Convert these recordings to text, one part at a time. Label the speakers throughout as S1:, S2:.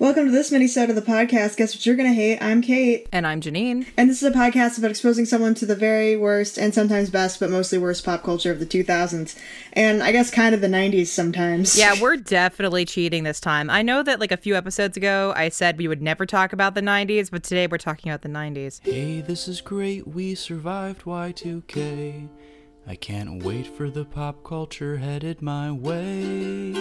S1: Welcome to this mini-sode of the podcast. Guess what you're gonna hate? I'm Kate,
S2: And I'm Janine.
S1: and this is a podcast about exposing someone to the very worst and sometimes best, but mostly worst pop culture of the 2000s, and I guess kind of the 90s sometimes.
S2: Yeah, we're definitely cheating this time. I know that like a few episodes ago, I said we would never talk about the 90s, but today we're talking about the 90s.
S3: Hey, this is great. We survived Y2K. I can't wait for the pop culture headed my way.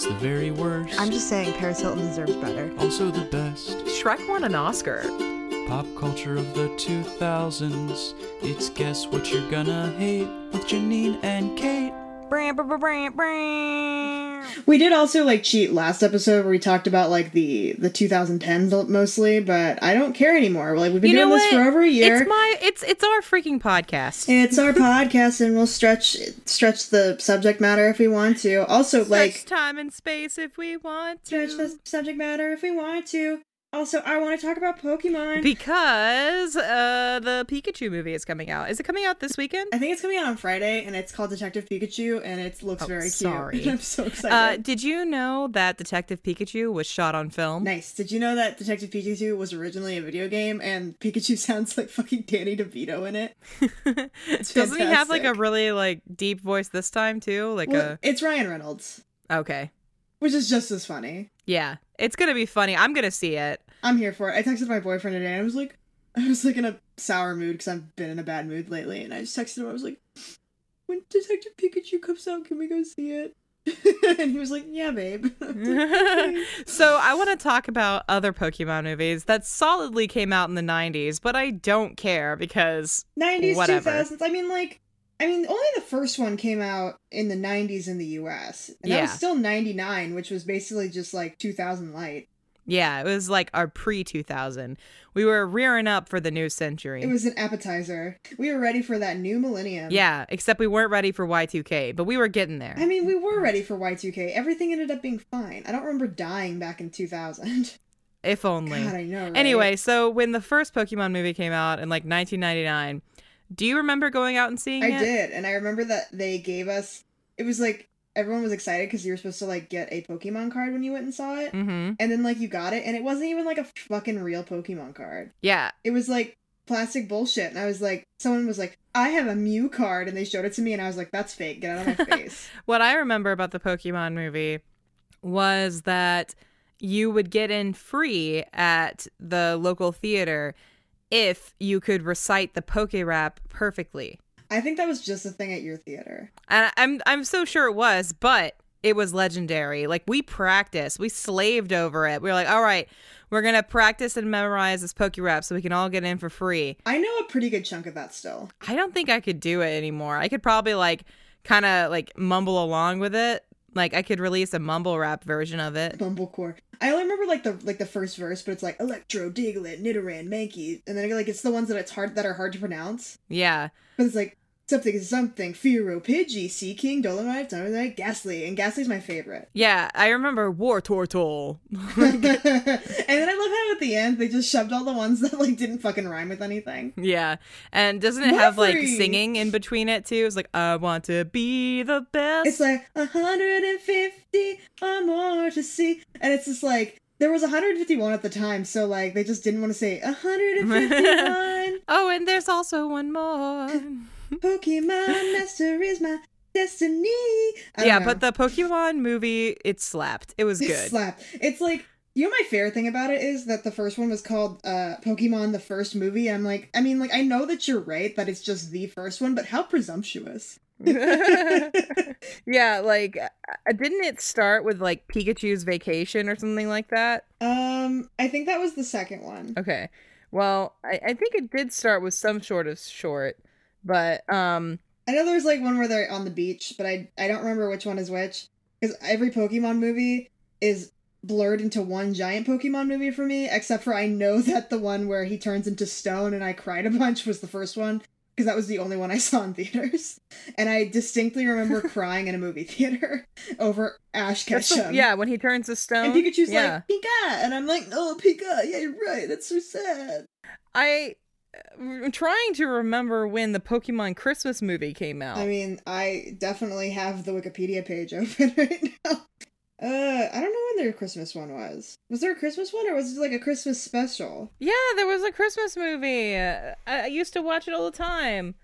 S3: It's the very worst,
S4: I'm just saying Paris Hilton deserves better.
S3: also the best
S2: Shrek won an Oscar.
S3: pop culture of the 2000s. It's Guess What You're Gonna Hate with Janine and Kate.
S4: Bram, bram, bram, bram.
S1: we did also like cheat last episode where we talked about like the the 2010s mostly, but I don't care anymore. Like we've been doing this for over a year.
S2: It's my it's it's our freaking podcast.
S1: It's our podcast, and we'll stretch stretch the subject matter if we want to. Also,
S2: Stretch
S1: like
S2: time and space if we want
S1: stretch
S2: to.
S1: the subject matter if we want to. Also, I want to talk about Pokemon.
S2: Because uh the Pikachu movie is coming out. Is it coming out this weekend?
S1: I think it's coming out on Friday, and it's called Detective Pikachu, and it looks
S2: Oh,
S1: very cute.
S2: sorry.
S1: I'm so
S2: Uh
S1: excited.
S2: did you know that Detective Pikachu was shot on film?
S1: nice. Did you know that Detective Pikachu was originally a video game, and Pikachu sounds like fucking Danny DeVito in it?
S2: Doesn't he have like a
S1: fantastic.
S2: really like deep voice this time too? Like
S1: Well, it's Ryan Reynolds,
S2: a okay.
S1: which is just as funny.
S2: Yeah, it's gonna be funny. I'm gonna see it.
S1: I'm here for it. I texted my boyfriend today and I was like, I was like in a sour mood because I've been in a bad mood lately. And I just texted him, I was like, when Detective Pikachu comes out, can we go see it? and he was like, yeah, babe. I was like, "Okay."
S2: so I want to talk about other Pokemon movies that solidly came out in the '90s, but I don't care because
S1: 90s,
S2: Whatever.
S1: 2000s. I mean, like, I mean, only the first one came out in the 90s in the US. And that was
S2: Yeah.
S1: still 99, which was basically just like 2000 light.
S2: yeah, it was like our pre-2000. We were rearing up for the new century.
S1: It was an appetizer. We were ready for that new millennium.
S2: yeah, except we weren't ready for Y2K, but we were getting there.
S1: I mean, we were ready for Y2K. Everything ended up being fine. I don't remember dying back in 2000.
S2: if only.
S1: God, I know. right?
S2: Anyway, so when the first Pokemon movie came out in like 1999, do you remember going out and seeing
S1: I
S2: it?
S1: did, and I remember that they gave us. It was like everyone was excited because you were supposed to like get a Pokemon card when you went and saw it,
S2: Mm-hmm.
S1: and then like you got it, and it wasn't even like a fucking real Pokemon card.
S2: Yeah,
S1: It was like plastic bullshit, and I was like, someone was like, "I have a Mew card," and they showed it to me, and I was like, "That's fake. Get out of my face."
S2: What I remember about the Pokemon movie was that you would get in free at the local theater if you could recite the Poke Rap perfectly.
S1: I think that was just a thing at your theater.
S2: And I- I'm I'm so sure it was, but it was legendary. Like we practiced, we slaved over it. We were like, all right, we're gonna practice and memorize this Poke Rap so we can all get in for free.
S1: I know a pretty good chunk of that still.
S2: I don't think I could do it anymore. I could probably like kind of like mumble along with it. Like I could release a mumble rap version of it.
S1: Bumblecore. I only remember like the like the first verse, but it's like Electro, Diglett, Nidoran, Mankey, and then like it's the ones that it's hard that are hard to pronounce.
S2: Yeah.
S1: But it's like something is something. Firo, Pidgey, Sea King, Dolomite, Dolomite, Ghastly, and Ghastly's my favorite.
S2: Yeah, I remember War Turtle.
S1: and then I love how at the end they just shoved all the ones that like didn't fucking rhyme with anything.
S2: yeah. And doesn't it have like
S1: Lovely.
S2: singing in between it too? It's like I want to be the best.
S1: It's like 150 or more to see, and it's just like there was 151 at the time, so like they just didn't want to say 151.
S2: oh, and there's also one more.
S1: Pokemon Master is my destiny. I
S2: yeah,
S1: don't know.
S2: but the Pokemon movie it slapped. It was
S1: It
S2: good.
S1: slapped. It's like you know my favorite thing about it is that the first one was called uh Pokemon the first movie. And I'm like, I mean, like I know that you're right that it's just the first one, but how presumptuous.
S2: yeah, like uh, didn't it start with like Pikachu's vacation or something like that?
S1: Um, I think that was the second one.
S2: Okay. Well, I, I think it did start with some sort of short, but um
S1: I know there's like one where they're on the beach, but I I don't remember which one is which because every Pokemon movie is blurred into one giant Pokemon movie for me, except for I know that the one where he turns into stone and I cried a bunch was the first one because that was the only one I saw in theaters, and I distinctly remember crying in a movie theater over Ash
S2: that's the-
S1: Ketchum.
S2: yeah, when he turns to stone.
S1: And Pikachu's
S2: yeah.
S1: like Pika, and I'm like, oh Pika, yeah, you're right. That's so sad.
S2: I I'm trying to remember when the Pokemon Christmas movie came out.
S1: I mean, I definitely have the Wikipedia page open right now. Uh, I don't know when their Christmas one was. Was there a Christmas one or was it like a Christmas special?
S2: Yeah, there was a Christmas movie. I, I used to watch it all the time.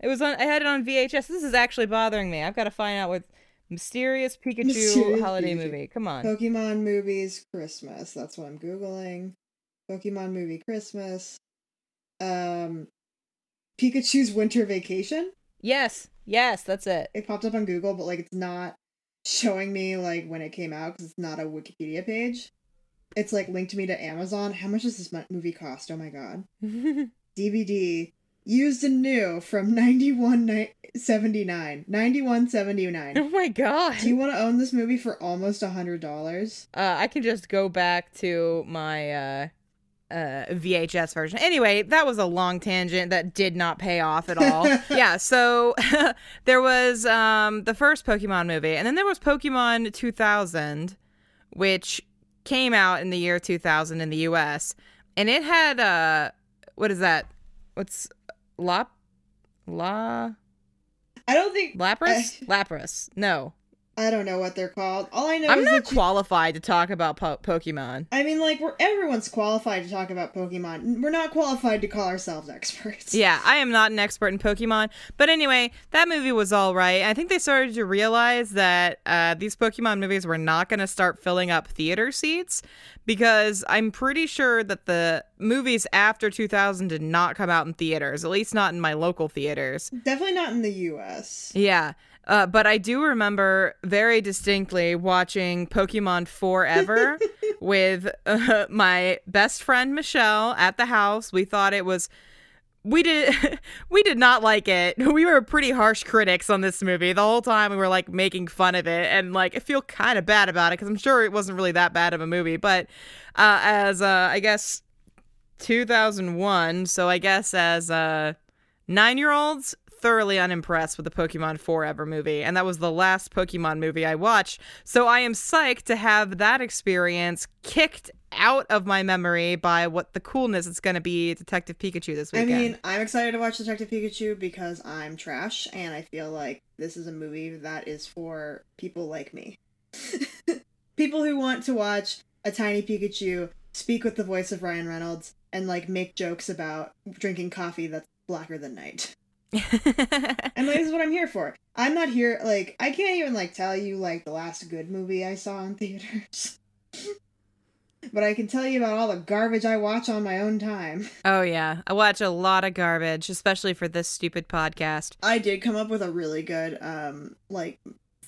S2: It was on. I had it on VHS. This is actually bothering me. I've got to find out what mysterious Pikachu
S1: Mysterious
S2: holiday
S1: Pikachu.
S2: movie. Come on.
S1: Pokemon movies Christmas. That's what I'm googling. Pokemon movie Christmas. Um, Pikachu's Winter Vacation.
S2: Yes, yes, that's it.
S1: It popped up on Google, but like it's not showing me like when it came out because it's not a Wikipedia page. It's like linked me to Amazon. How much does this mo- movie cost? Oh my god. DVD used and new from 9179 9179
S2: oh my god.
S1: do you want to own this movie for almost a hundred dollars
S2: Uh, I can just go back to my uh, uh, VHS version. Anyway, that was a long tangent that did not pay off at all. yeah, so there was um, the first Pokemon movie, and then there was Pokemon 2000, which came out in the year 2000 in the US. And it had, uh, what is that? What's Lop? La?
S1: i don't think
S2: Lapras? Lapras. No.
S1: i don't know what they're called all i know
S2: I'm
S1: is
S2: not
S1: that you-
S2: qualified to talk about po- Pokemon.
S1: i mean like we're everyone's qualified to talk about pokemon we're not qualified to call ourselves experts
S2: Yeah, I am not an expert in Pokemon, but anyway, that movie was all right. I think they started to realize that uh, these Pokemon movies were not going to start filling up theater seats because I'm pretty sure that the movies after 2000 did not come out in theaters, at least not in my local theaters.
S1: definitely not in the us
S2: Yeah. Uh, but I do remember very distinctly watching Pokemon Forever with uh, my best friend Michelle at the house. We thought it was we did we did not like it. We were pretty harsh critics on this movie. The whole time we were like making fun of it and like I feel kind of bad about it cuz I'm sure it wasn't really that bad of a movie, but uh, as uh, I guess 2001, so I guess as uh, 9-year-olds thoroughly unimpressed with the Pokemon Forever movie and that was the last Pokemon movie I watched. So I am psyched to have that experience kicked out of my memory by what the coolness it's going to be Detective Pikachu this
S1: I
S2: weekend.
S1: mean, I'm excited to watch Detective Pikachu because I'm trash and I feel like this is a movie that is for people like me. people who want to watch a tiny Pikachu speak with the voice of Ryan Reynolds and like make jokes about drinking coffee that's blacker than night. And like, this is what I'm here for. I'm not here like I can't even like tell you like the last good movie I saw in theaters. but I can tell you about all the garbage I watch on my own time.
S2: oh yeah, I watch a lot of garbage, especially for this stupid podcast.
S1: I did come up with a really good um like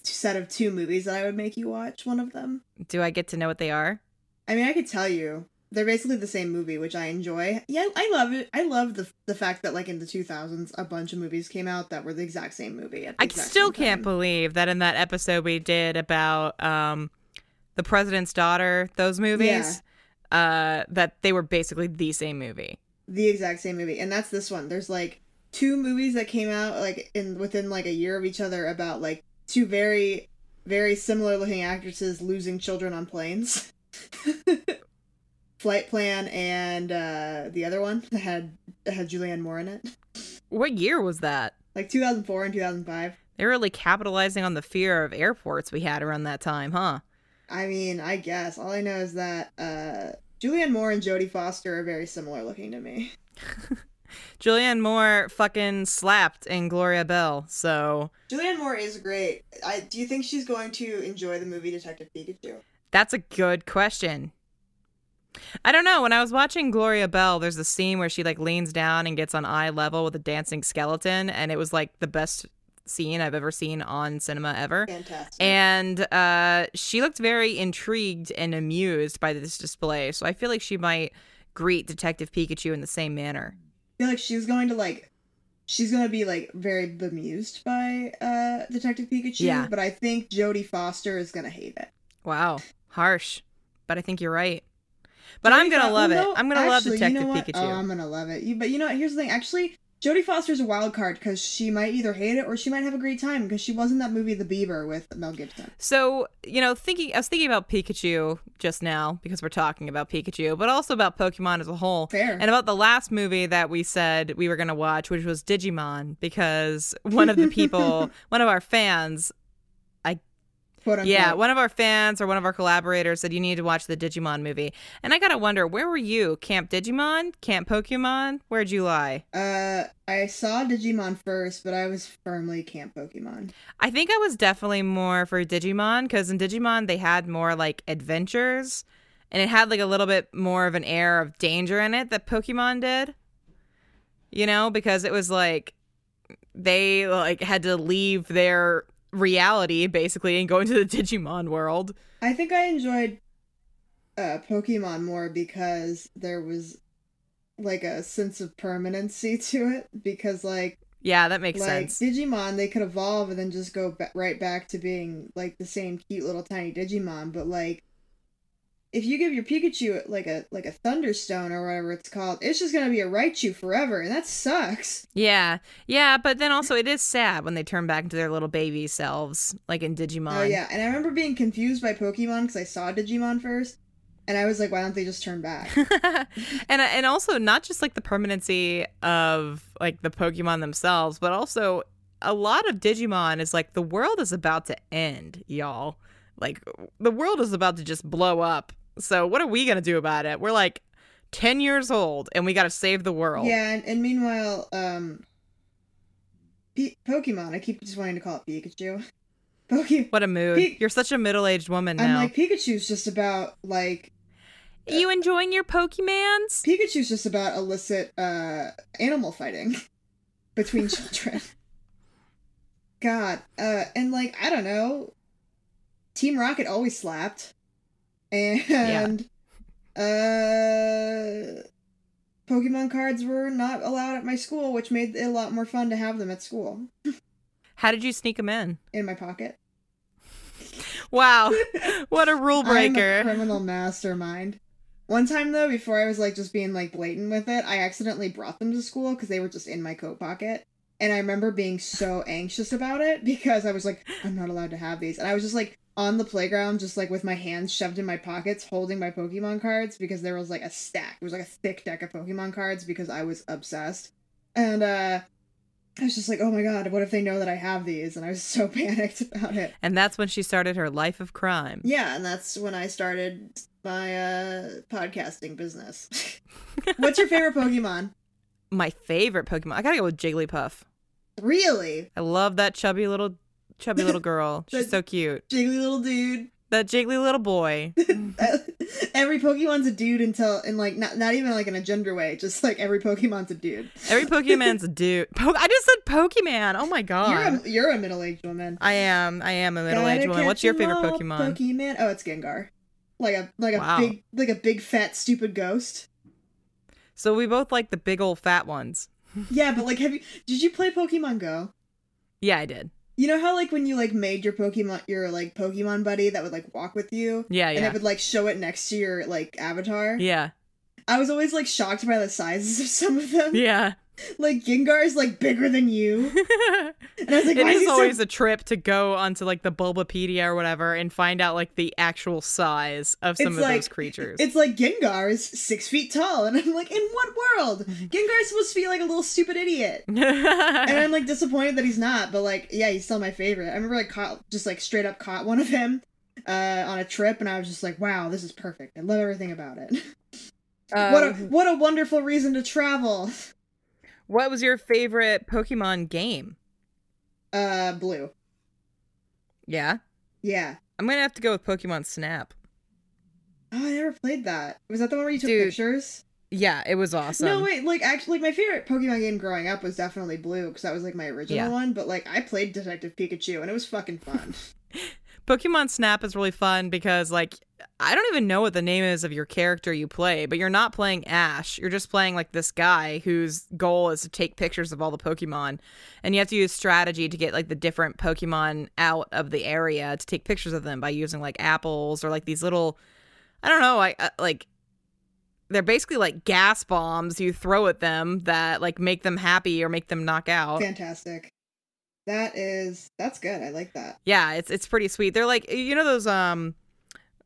S1: set of two movies that I would make you watch one of them.
S2: Do I get to know what they are?
S1: I mean, I could tell you. They're basically the same movie, which I enjoy. Yeah, I love it. I love the the fact that like in the 2000s a bunch of movies came out that were the exact same movie. At the
S2: I
S1: exact
S2: still
S1: same
S2: can't
S1: time.
S2: believe that in that episode we did about um, the president's daughter, those movies, uh, that they were basically the same movie.
S1: the exact same movie. And that's this one. There's like two movies that came out like in within like a year of each other about like two very very similar looking actresses losing children on planes. Flight Plan and uh, the other one that had had Julianne Moore in it,
S2: What year was that?
S1: like 2004 and 2005.
S2: They were really capitalizing on the fear of airports we had around that time, huh?
S1: I mean, I guess all I know is that uh, Julianne Moore and Jodie Foster are very similar looking to me.
S2: Julianne Moore fucking slapped in Gloria Bell, so
S1: Julianne Moore is great. I do you think she's going to enjoy the movie Detective Pikachu?
S2: That's a good question. I don't know. When I was watching Gloria Bell, there's a scene where she like leans down and gets on eye level with a dancing skeleton, and it was like the best scene I've ever seen on cinema ever.
S1: Fantastic.
S2: And uh, she looked very intrigued and amused by this display, so I feel like she might greet Detective Pikachu in the same manner.
S1: I feel like she's going to like she's going to be like very bemused by uh detective pikachu
S2: Yeah.
S1: but i think jodie foster is going to hate it
S2: Wow, harsh, but I think you're right. But I'm
S1: Jodie
S2: gonna
S1: Fo-
S2: love
S1: well, no,
S2: it. I'm gonna
S1: actually,
S2: love Detective
S1: you know what?
S2: Pikachu.
S1: oh i'm going to love it you, but you know what here's the thing actually jodie foster's a wild card because she might either hate it or she might have a great time because she was in that movie the bieber with mel gibson
S2: So, you know, thinking I was thinking about Pikachu just now because we're talking about Pikachu, but also about Pokemon as a whole.
S1: Fair.
S2: And about the last movie that we said we were going to watch, which was Digimon because one of the people, one of our fans, I
S1: quote unquote.
S2: Yeah, one of our fans or one of our collaborators said you need to watch the Digimon movie. And I got to wonder, where were you? Camp Digimon? Camp Pokemon? Where'd you lie?
S1: Uh, I saw Digimon first, but I was firmly camp Pokemon.
S2: I think I was definitely more for Digimon because in Digimon they had more like adventures and it had like a little bit more of an air of danger in it that Pokemon did. You know, because it was like they like had to leave their reality basically and go into the Digimon world.
S1: I think I enjoyed uh Pokemon more because there was like a sense of permanency to it because like
S2: Yeah, that makes
S1: like
S2: sense.
S1: Digimon, they could evolve and then just go ba- right back to being like the same cute little tiny Digimon. But like, if you give your Pikachu like a like a Thunderstone or whatever it's called, it's just gonna be a Raichu forever, and that sucks.
S2: Yeah. Yeah, but then also it is sad when they turn back into their little baby selves like in Digimon.
S1: Oh yeah, and I remember being confused by Pokemon because I saw Digimon first, and I was like, why don't they just turn back?
S2: and and also not just like the permanency of like the Pokemon themselves, but also a lot of Digimon is like the world is about to end, y'all. Like the world is about to just blow up. So what are we gonna do about it? We're like ten years old and we gotta save the world.
S1: yeah, and, and meanwhile, um, P- Pokemon. I keep just wanting to call it Pikachu. Pokemon.
S2: What a mood.
S1: Pe-
S2: You're such a middle aged woman
S1: I'm
S2: now.
S1: like Pikachu's just about like
S2: you enjoying your Pokemans?
S1: Pikachu's just about illicit uh, animal fighting between children. God, uh, and like I don't know, Team Rocket always slapped, and uh, Pokemon cards were not allowed at my school, which made it a lot more fun to have them at school
S2: How did you sneak them in?
S1: in my pocket.
S2: Wow. what a rule
S1: I'm a
S2: breaker.
S1: criminal mastermind. One time though, before I was like just being like blatant with it, I accidentally brought them to school because they were just in my coat pocket. And I remember being so anxious about it because I was like, I'm not allowed to have these. And I was just like on the playground, just like with my hands shoved in my pockets, holding my Pokemon cards because there was like a stack. It was like a thick deck of Pokemon cards because I was obsessed. And uh I was just like, oh my god, what if they know that I have these? And I was so panicked about it.
S2: And that's when she started her life of crime.
S1: Yeah, and that's when I started my uh podcasting business. What's your favorite Pokemon?
S2: my favorite Pokemon. I gotta go with Jigglypuff.
S1: Really?
S2: I love that chubby little chubby little girl. She's
S1: That-
S2: so cute.
S1: Jiggly little dude.
S2: That jiggly little boy.
S1: every Pokemon's a dude until and like not not even like in a gender way, just like every Pokemon's a dude.
S2: Every Pokemon's a dude. Po- I just said Pokemon. Oh my
S1: You're
S2: god.
S1: a you're a middle aged woman.
S2: I am. I am a middle
S1: Gotta
S2: aged woman. What's
S1: catch
S2: your
S1: 'em
S2: favorite
S1: all,
S2: Pokemon?
S1: Pokemon. Oh, it's Gengar. Like a like a
S2: Wow.
S1: big like a big fat stupid ghost.
S2: so we both like the big old fat ones.
S1: yeah, but like have you did you play Pokemon Go?
S2: Yeah, I did.
S1: You know how like when you like made your Pokemon your like Pokemon buddy that would like walk with you?
S2: Yeah,
S1: and it
S2: yeah.
S1: would like show it next to your like avatar.
S2: Yeah.
S1: I was always like shocked by the sizes of some of them.
S2: Yeah.
S1: Like Gengar is like bigger than you, and I was like,
S2: it
S1: why is
S2: is
S1: he
S2: always
S1: so?
S2: a trip to go onto like the Bulbapedia or whatever and find out like the actual size of some
S1: It's
S2: of those
S1: like-
S2: creatures.
S1: It's like Gengar is six feet tall, and I'm like, in what world? Gengar is supposed to be like a little stupid idiot, and I'm like disappointed that he's not. But like, yeah, he's still my favorite. I remember like caught just like straight up caught one of him uh, on a trip, and I was just like, wow, this is perfect. I love everything about it. what
S2: Um,
S1: a what a wonderful reason to travel.
S2: What was your favorite Pokemon game?
S1: Uh, blue.
S2: Yeah.
S1: Yeah.
S2: I'm going to have to go with Pokemon Snap.
S1: Oh, I never played that. Was that the one where you took
S2: Dude,
S1: pictures?
S2: Yeah, it was awesome.
S1: No, wait. Like, actually, like my favorite Pokemon game growing up was definitely Blue because that was like my original
S2: Yeah.
S1: one. But like, I played Detective Pikachu and it was fucking fun.
S2: Pokemon Snap is really fun because, like, I don't even know what the name is of your character you play, but you're not playing Ash. You're just playing, like, this guy whose goal is to take pictures of all the Pokemon. And you have to use strategy to get, like, the different Pokemon out of the area to take pictures of them by using, like, apples or, like, these little, I don't know, I, I like, they're basically like gas bombs you throw at them that like make them happy or make them knock out.
S1: Fantastic. That is that's good. I like that.
S2: Yeah, it's it's pretty sweet. They're like you know those um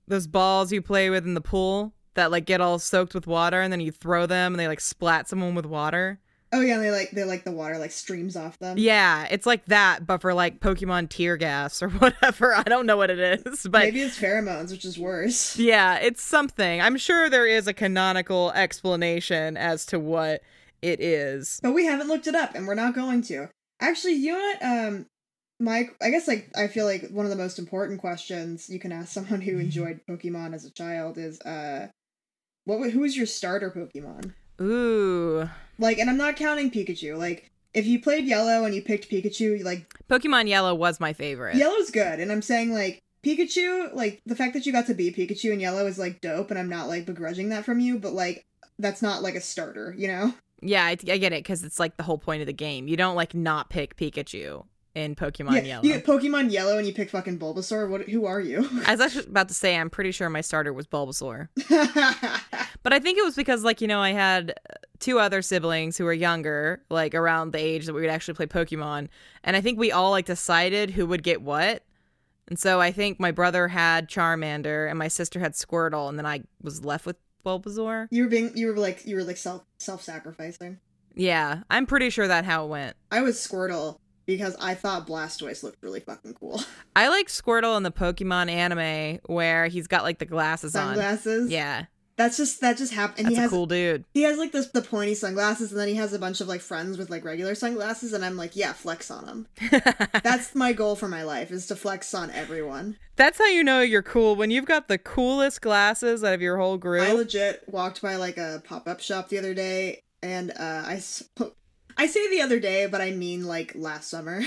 S2: those balls you play with in the pool that like get all soaked with water and then you throw them and they like splat someone with water.
S1: Oh yeah, and they like they like the water like streams off them.
S2: Yeah, it's like that, but for like Pokemon tear gas or whatever. I don't know what it is, but
S1: Maybe it's pheromones, which is worse.
S2: yeah, it's something. I'm sure there is a canonical explanation as to what it is.
S1: But we haven't looked it up and we're not going to. Actually, you know what? Um Mike, I guess like I feel like one of the most important questions you can ask someone
S2: Mm-hmm.
S1: who enjoyed Pokemon as a child is uh what wa- who was your starter Pokemon?
S2: Ooh.
S1: Like and I'm not counting Pikachu. Like if you played Yellow and you picked Pikachu, you, like
S2: Pokemon Yellow was my favorite.
S1: Yellow's good and I'm saying like Pikachu, like the fact that you got to be Pikachu in Yellow is like dope and I'm not like begrudging that from you, but like that's not like a starter, you know?
S2: Yeah, I, I get it because it's like the whole point of the game. You don't like not pick Pikachu in Pokemon
S1: yeah,
S2: Yellow.
S1: you get Pokemon Yellow and you pick fucking Bulbasaur. What? Who are you?
S2: As I was just about to say, I'm pretty sure my starter was Bulbasaur. But I think it was because, like, you know, I had uh, two other siblings who were younger, like around the age that we would actually play Pokemon. And I think we all, like, decided who would get what. And so I think my brother had Charmander and my sister had Squirtle. And then I was left with Bulbasaur.
S1: you were being. You were like. You were like self self sacrificing.
S2: Yeah, I'm pretty sure that how it went.
S1: I was Squirtle because I thought Blastoise looked really fucking cool.
S2: I like Squirtle in the Pokemon anime where he's got, like, the glasses on.
S1: Sunglasses.
S2: Yeah,
S1: That's just that just happened. And
S2: that's
S1: he
S2: a
S1: has
S2: cool dude.
S1: he has like this the pointy sunglasses, and then he has a bunch of like friends with like regular sunglasses, and I'm like, yeah, flex on them. That's my goal for my life is to flex on everyone.
S2: That's how you know you're cool when you've got the coolest glasses out of your whole group.
S1: I legit walked by like a pop up shop the other day, and uh, I s- I say the other day, but I mean like last summer.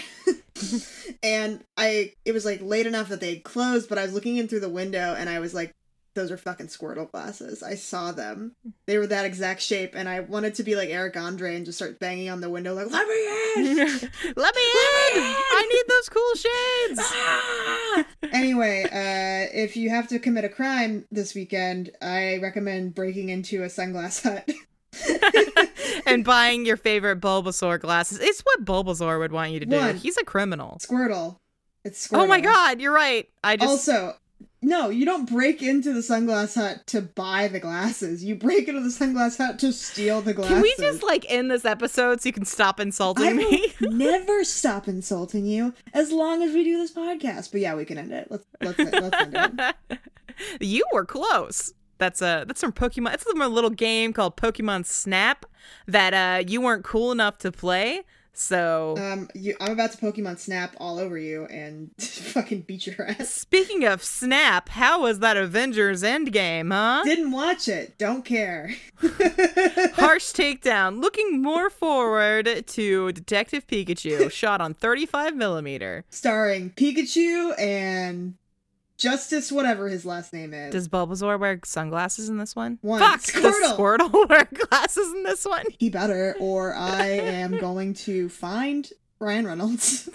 S1: and I it was like late enough that they had closed, but I was looking in through the window, and I was like, "Those are fucking Squirtle glasses." I saw them; they were that exact shape, and I wanted to be like Eric Andre and just start banging on the window like, "Let me in!"
S2: Let me in! I need those cool shades.
S1: anyway, uh, if you have to commit a crime this weekend, I recommend breaking into a sunglass hut.
S2: Ah! and buying your favorite Bulbasaur glasses. It's what Bulbasaur would want you to do.
S1: One.
S2: He's a criminal.
S1: Squirtle. It's Squirtle.
S2: Oh my god, you're right. I just
S1: Also, no, you don't break into the sunglass hut to buy the glasses. You break into the sunglass hut to steal the glasses.
S2: Can we just like end this episode so you can stop insulting
S1: I
S2: me?
S1: will never stop insulting you as long as we do this podcast. But yeah, we can end it. Let's let's let's end it.
S2: you were close. That's a that's from Pokemon. It's from a little game called Pokemon Snap that uh you weren't cool enough to play. So
S1: Um, you, I'm about to Pokemon Snap all over you and fucking beat your ass.
S2: speaking of Snap, how was that Avengers Endgame, huh?
S1: Didn't watch it. Don't care.
S2: Harsh takedown. Looking more forward to Detective Pikachu, shot on 35 millimeter.
S1: Starring Pikachu and Justice, whatever his last name is.
S2: Does Bulbasaur wear sunglasses in this one?
S1: One.
S2: Fuck, does
S1: Squirtle.
S2: Squirtle wear glasses in this one?
S1: he better or I am going to find Ryan Reynolds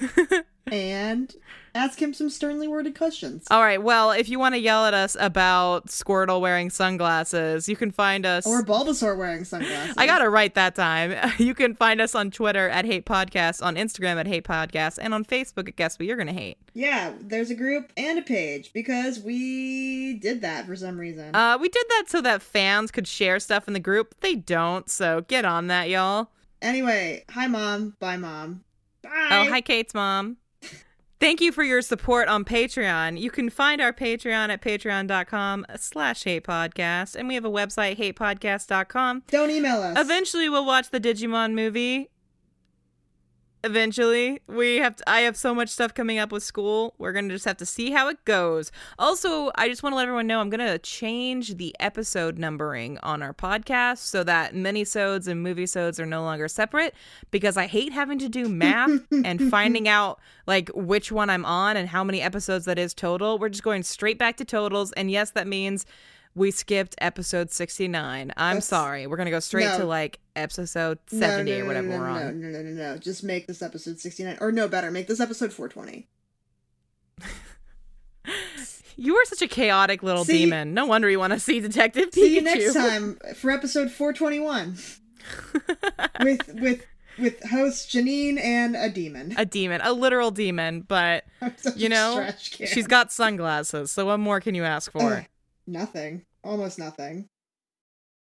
S1: and ask him some sternly worded questions.
S2: All right. Well, if you want to yell at us about Squirtle wearing sunglasses, you can find us.
S1: Or Bulbasaur wearing sunglasses.
S2: I got it right that time. You can find us on Twitter at Hate Podcast, on Instagram at Hate Podcast, and on Facebook at Guess What You're Gonna Hate.
S1: Yeah, there's a group and a page because we did that for some reason.
S2: Uh, we did that so that fans could share stuff in the group. They don't, so get on that, y'all.
S1: anyway, hi mom. Bye mom. Bye.
S2: Oh, hi, Kate's mom. Thank you for your support on Patreon. You can find our Patreon at patreon.com slash hate podcast, and we have a website, hatepodcast.com.
S1: Don't email us.
S2: Eventually, we'll watch the Digimon movie. Eventually, we have. To, I have so much stuff coming up with school. We're gonna just have to see how it goes. Also, I just want to let everyone know I'm gonna change the episode numbering on our podcast so that minisodes and moviesodes are no longer separate because I hate having to do math and finding out like which one I'm on and how many episodes that is total. We're just going straight back to totals, and yes, that means. We skipped episode 69. I'm
S1: That's-
S2: sorry. We're going to go straight
S1: No.
S2: to like episode
S1: No,
S2: 70
S1: no,
S2: or
S1: no,
S2: whatever
S1: no,
S2: we're
S1: no,
S2: on.
S1: No, no, no, no, no. Just make this episode 69. Or no, better, make this episode 420.
S2: You are such a chaotic little
S1: See-
S2: demon. No wonder you want to see Detective Pikachu.
S1: See you next time for episode 421 with with with host Janine and a demon.
S2: a demon, a literal demon, but
S1: I'm such
S2: you
S1: a
S2: know,
S1: trash can.
S2: she's got sunglasses. So what more can you ask for?
S1: Ugh, nothing. Almost nothing.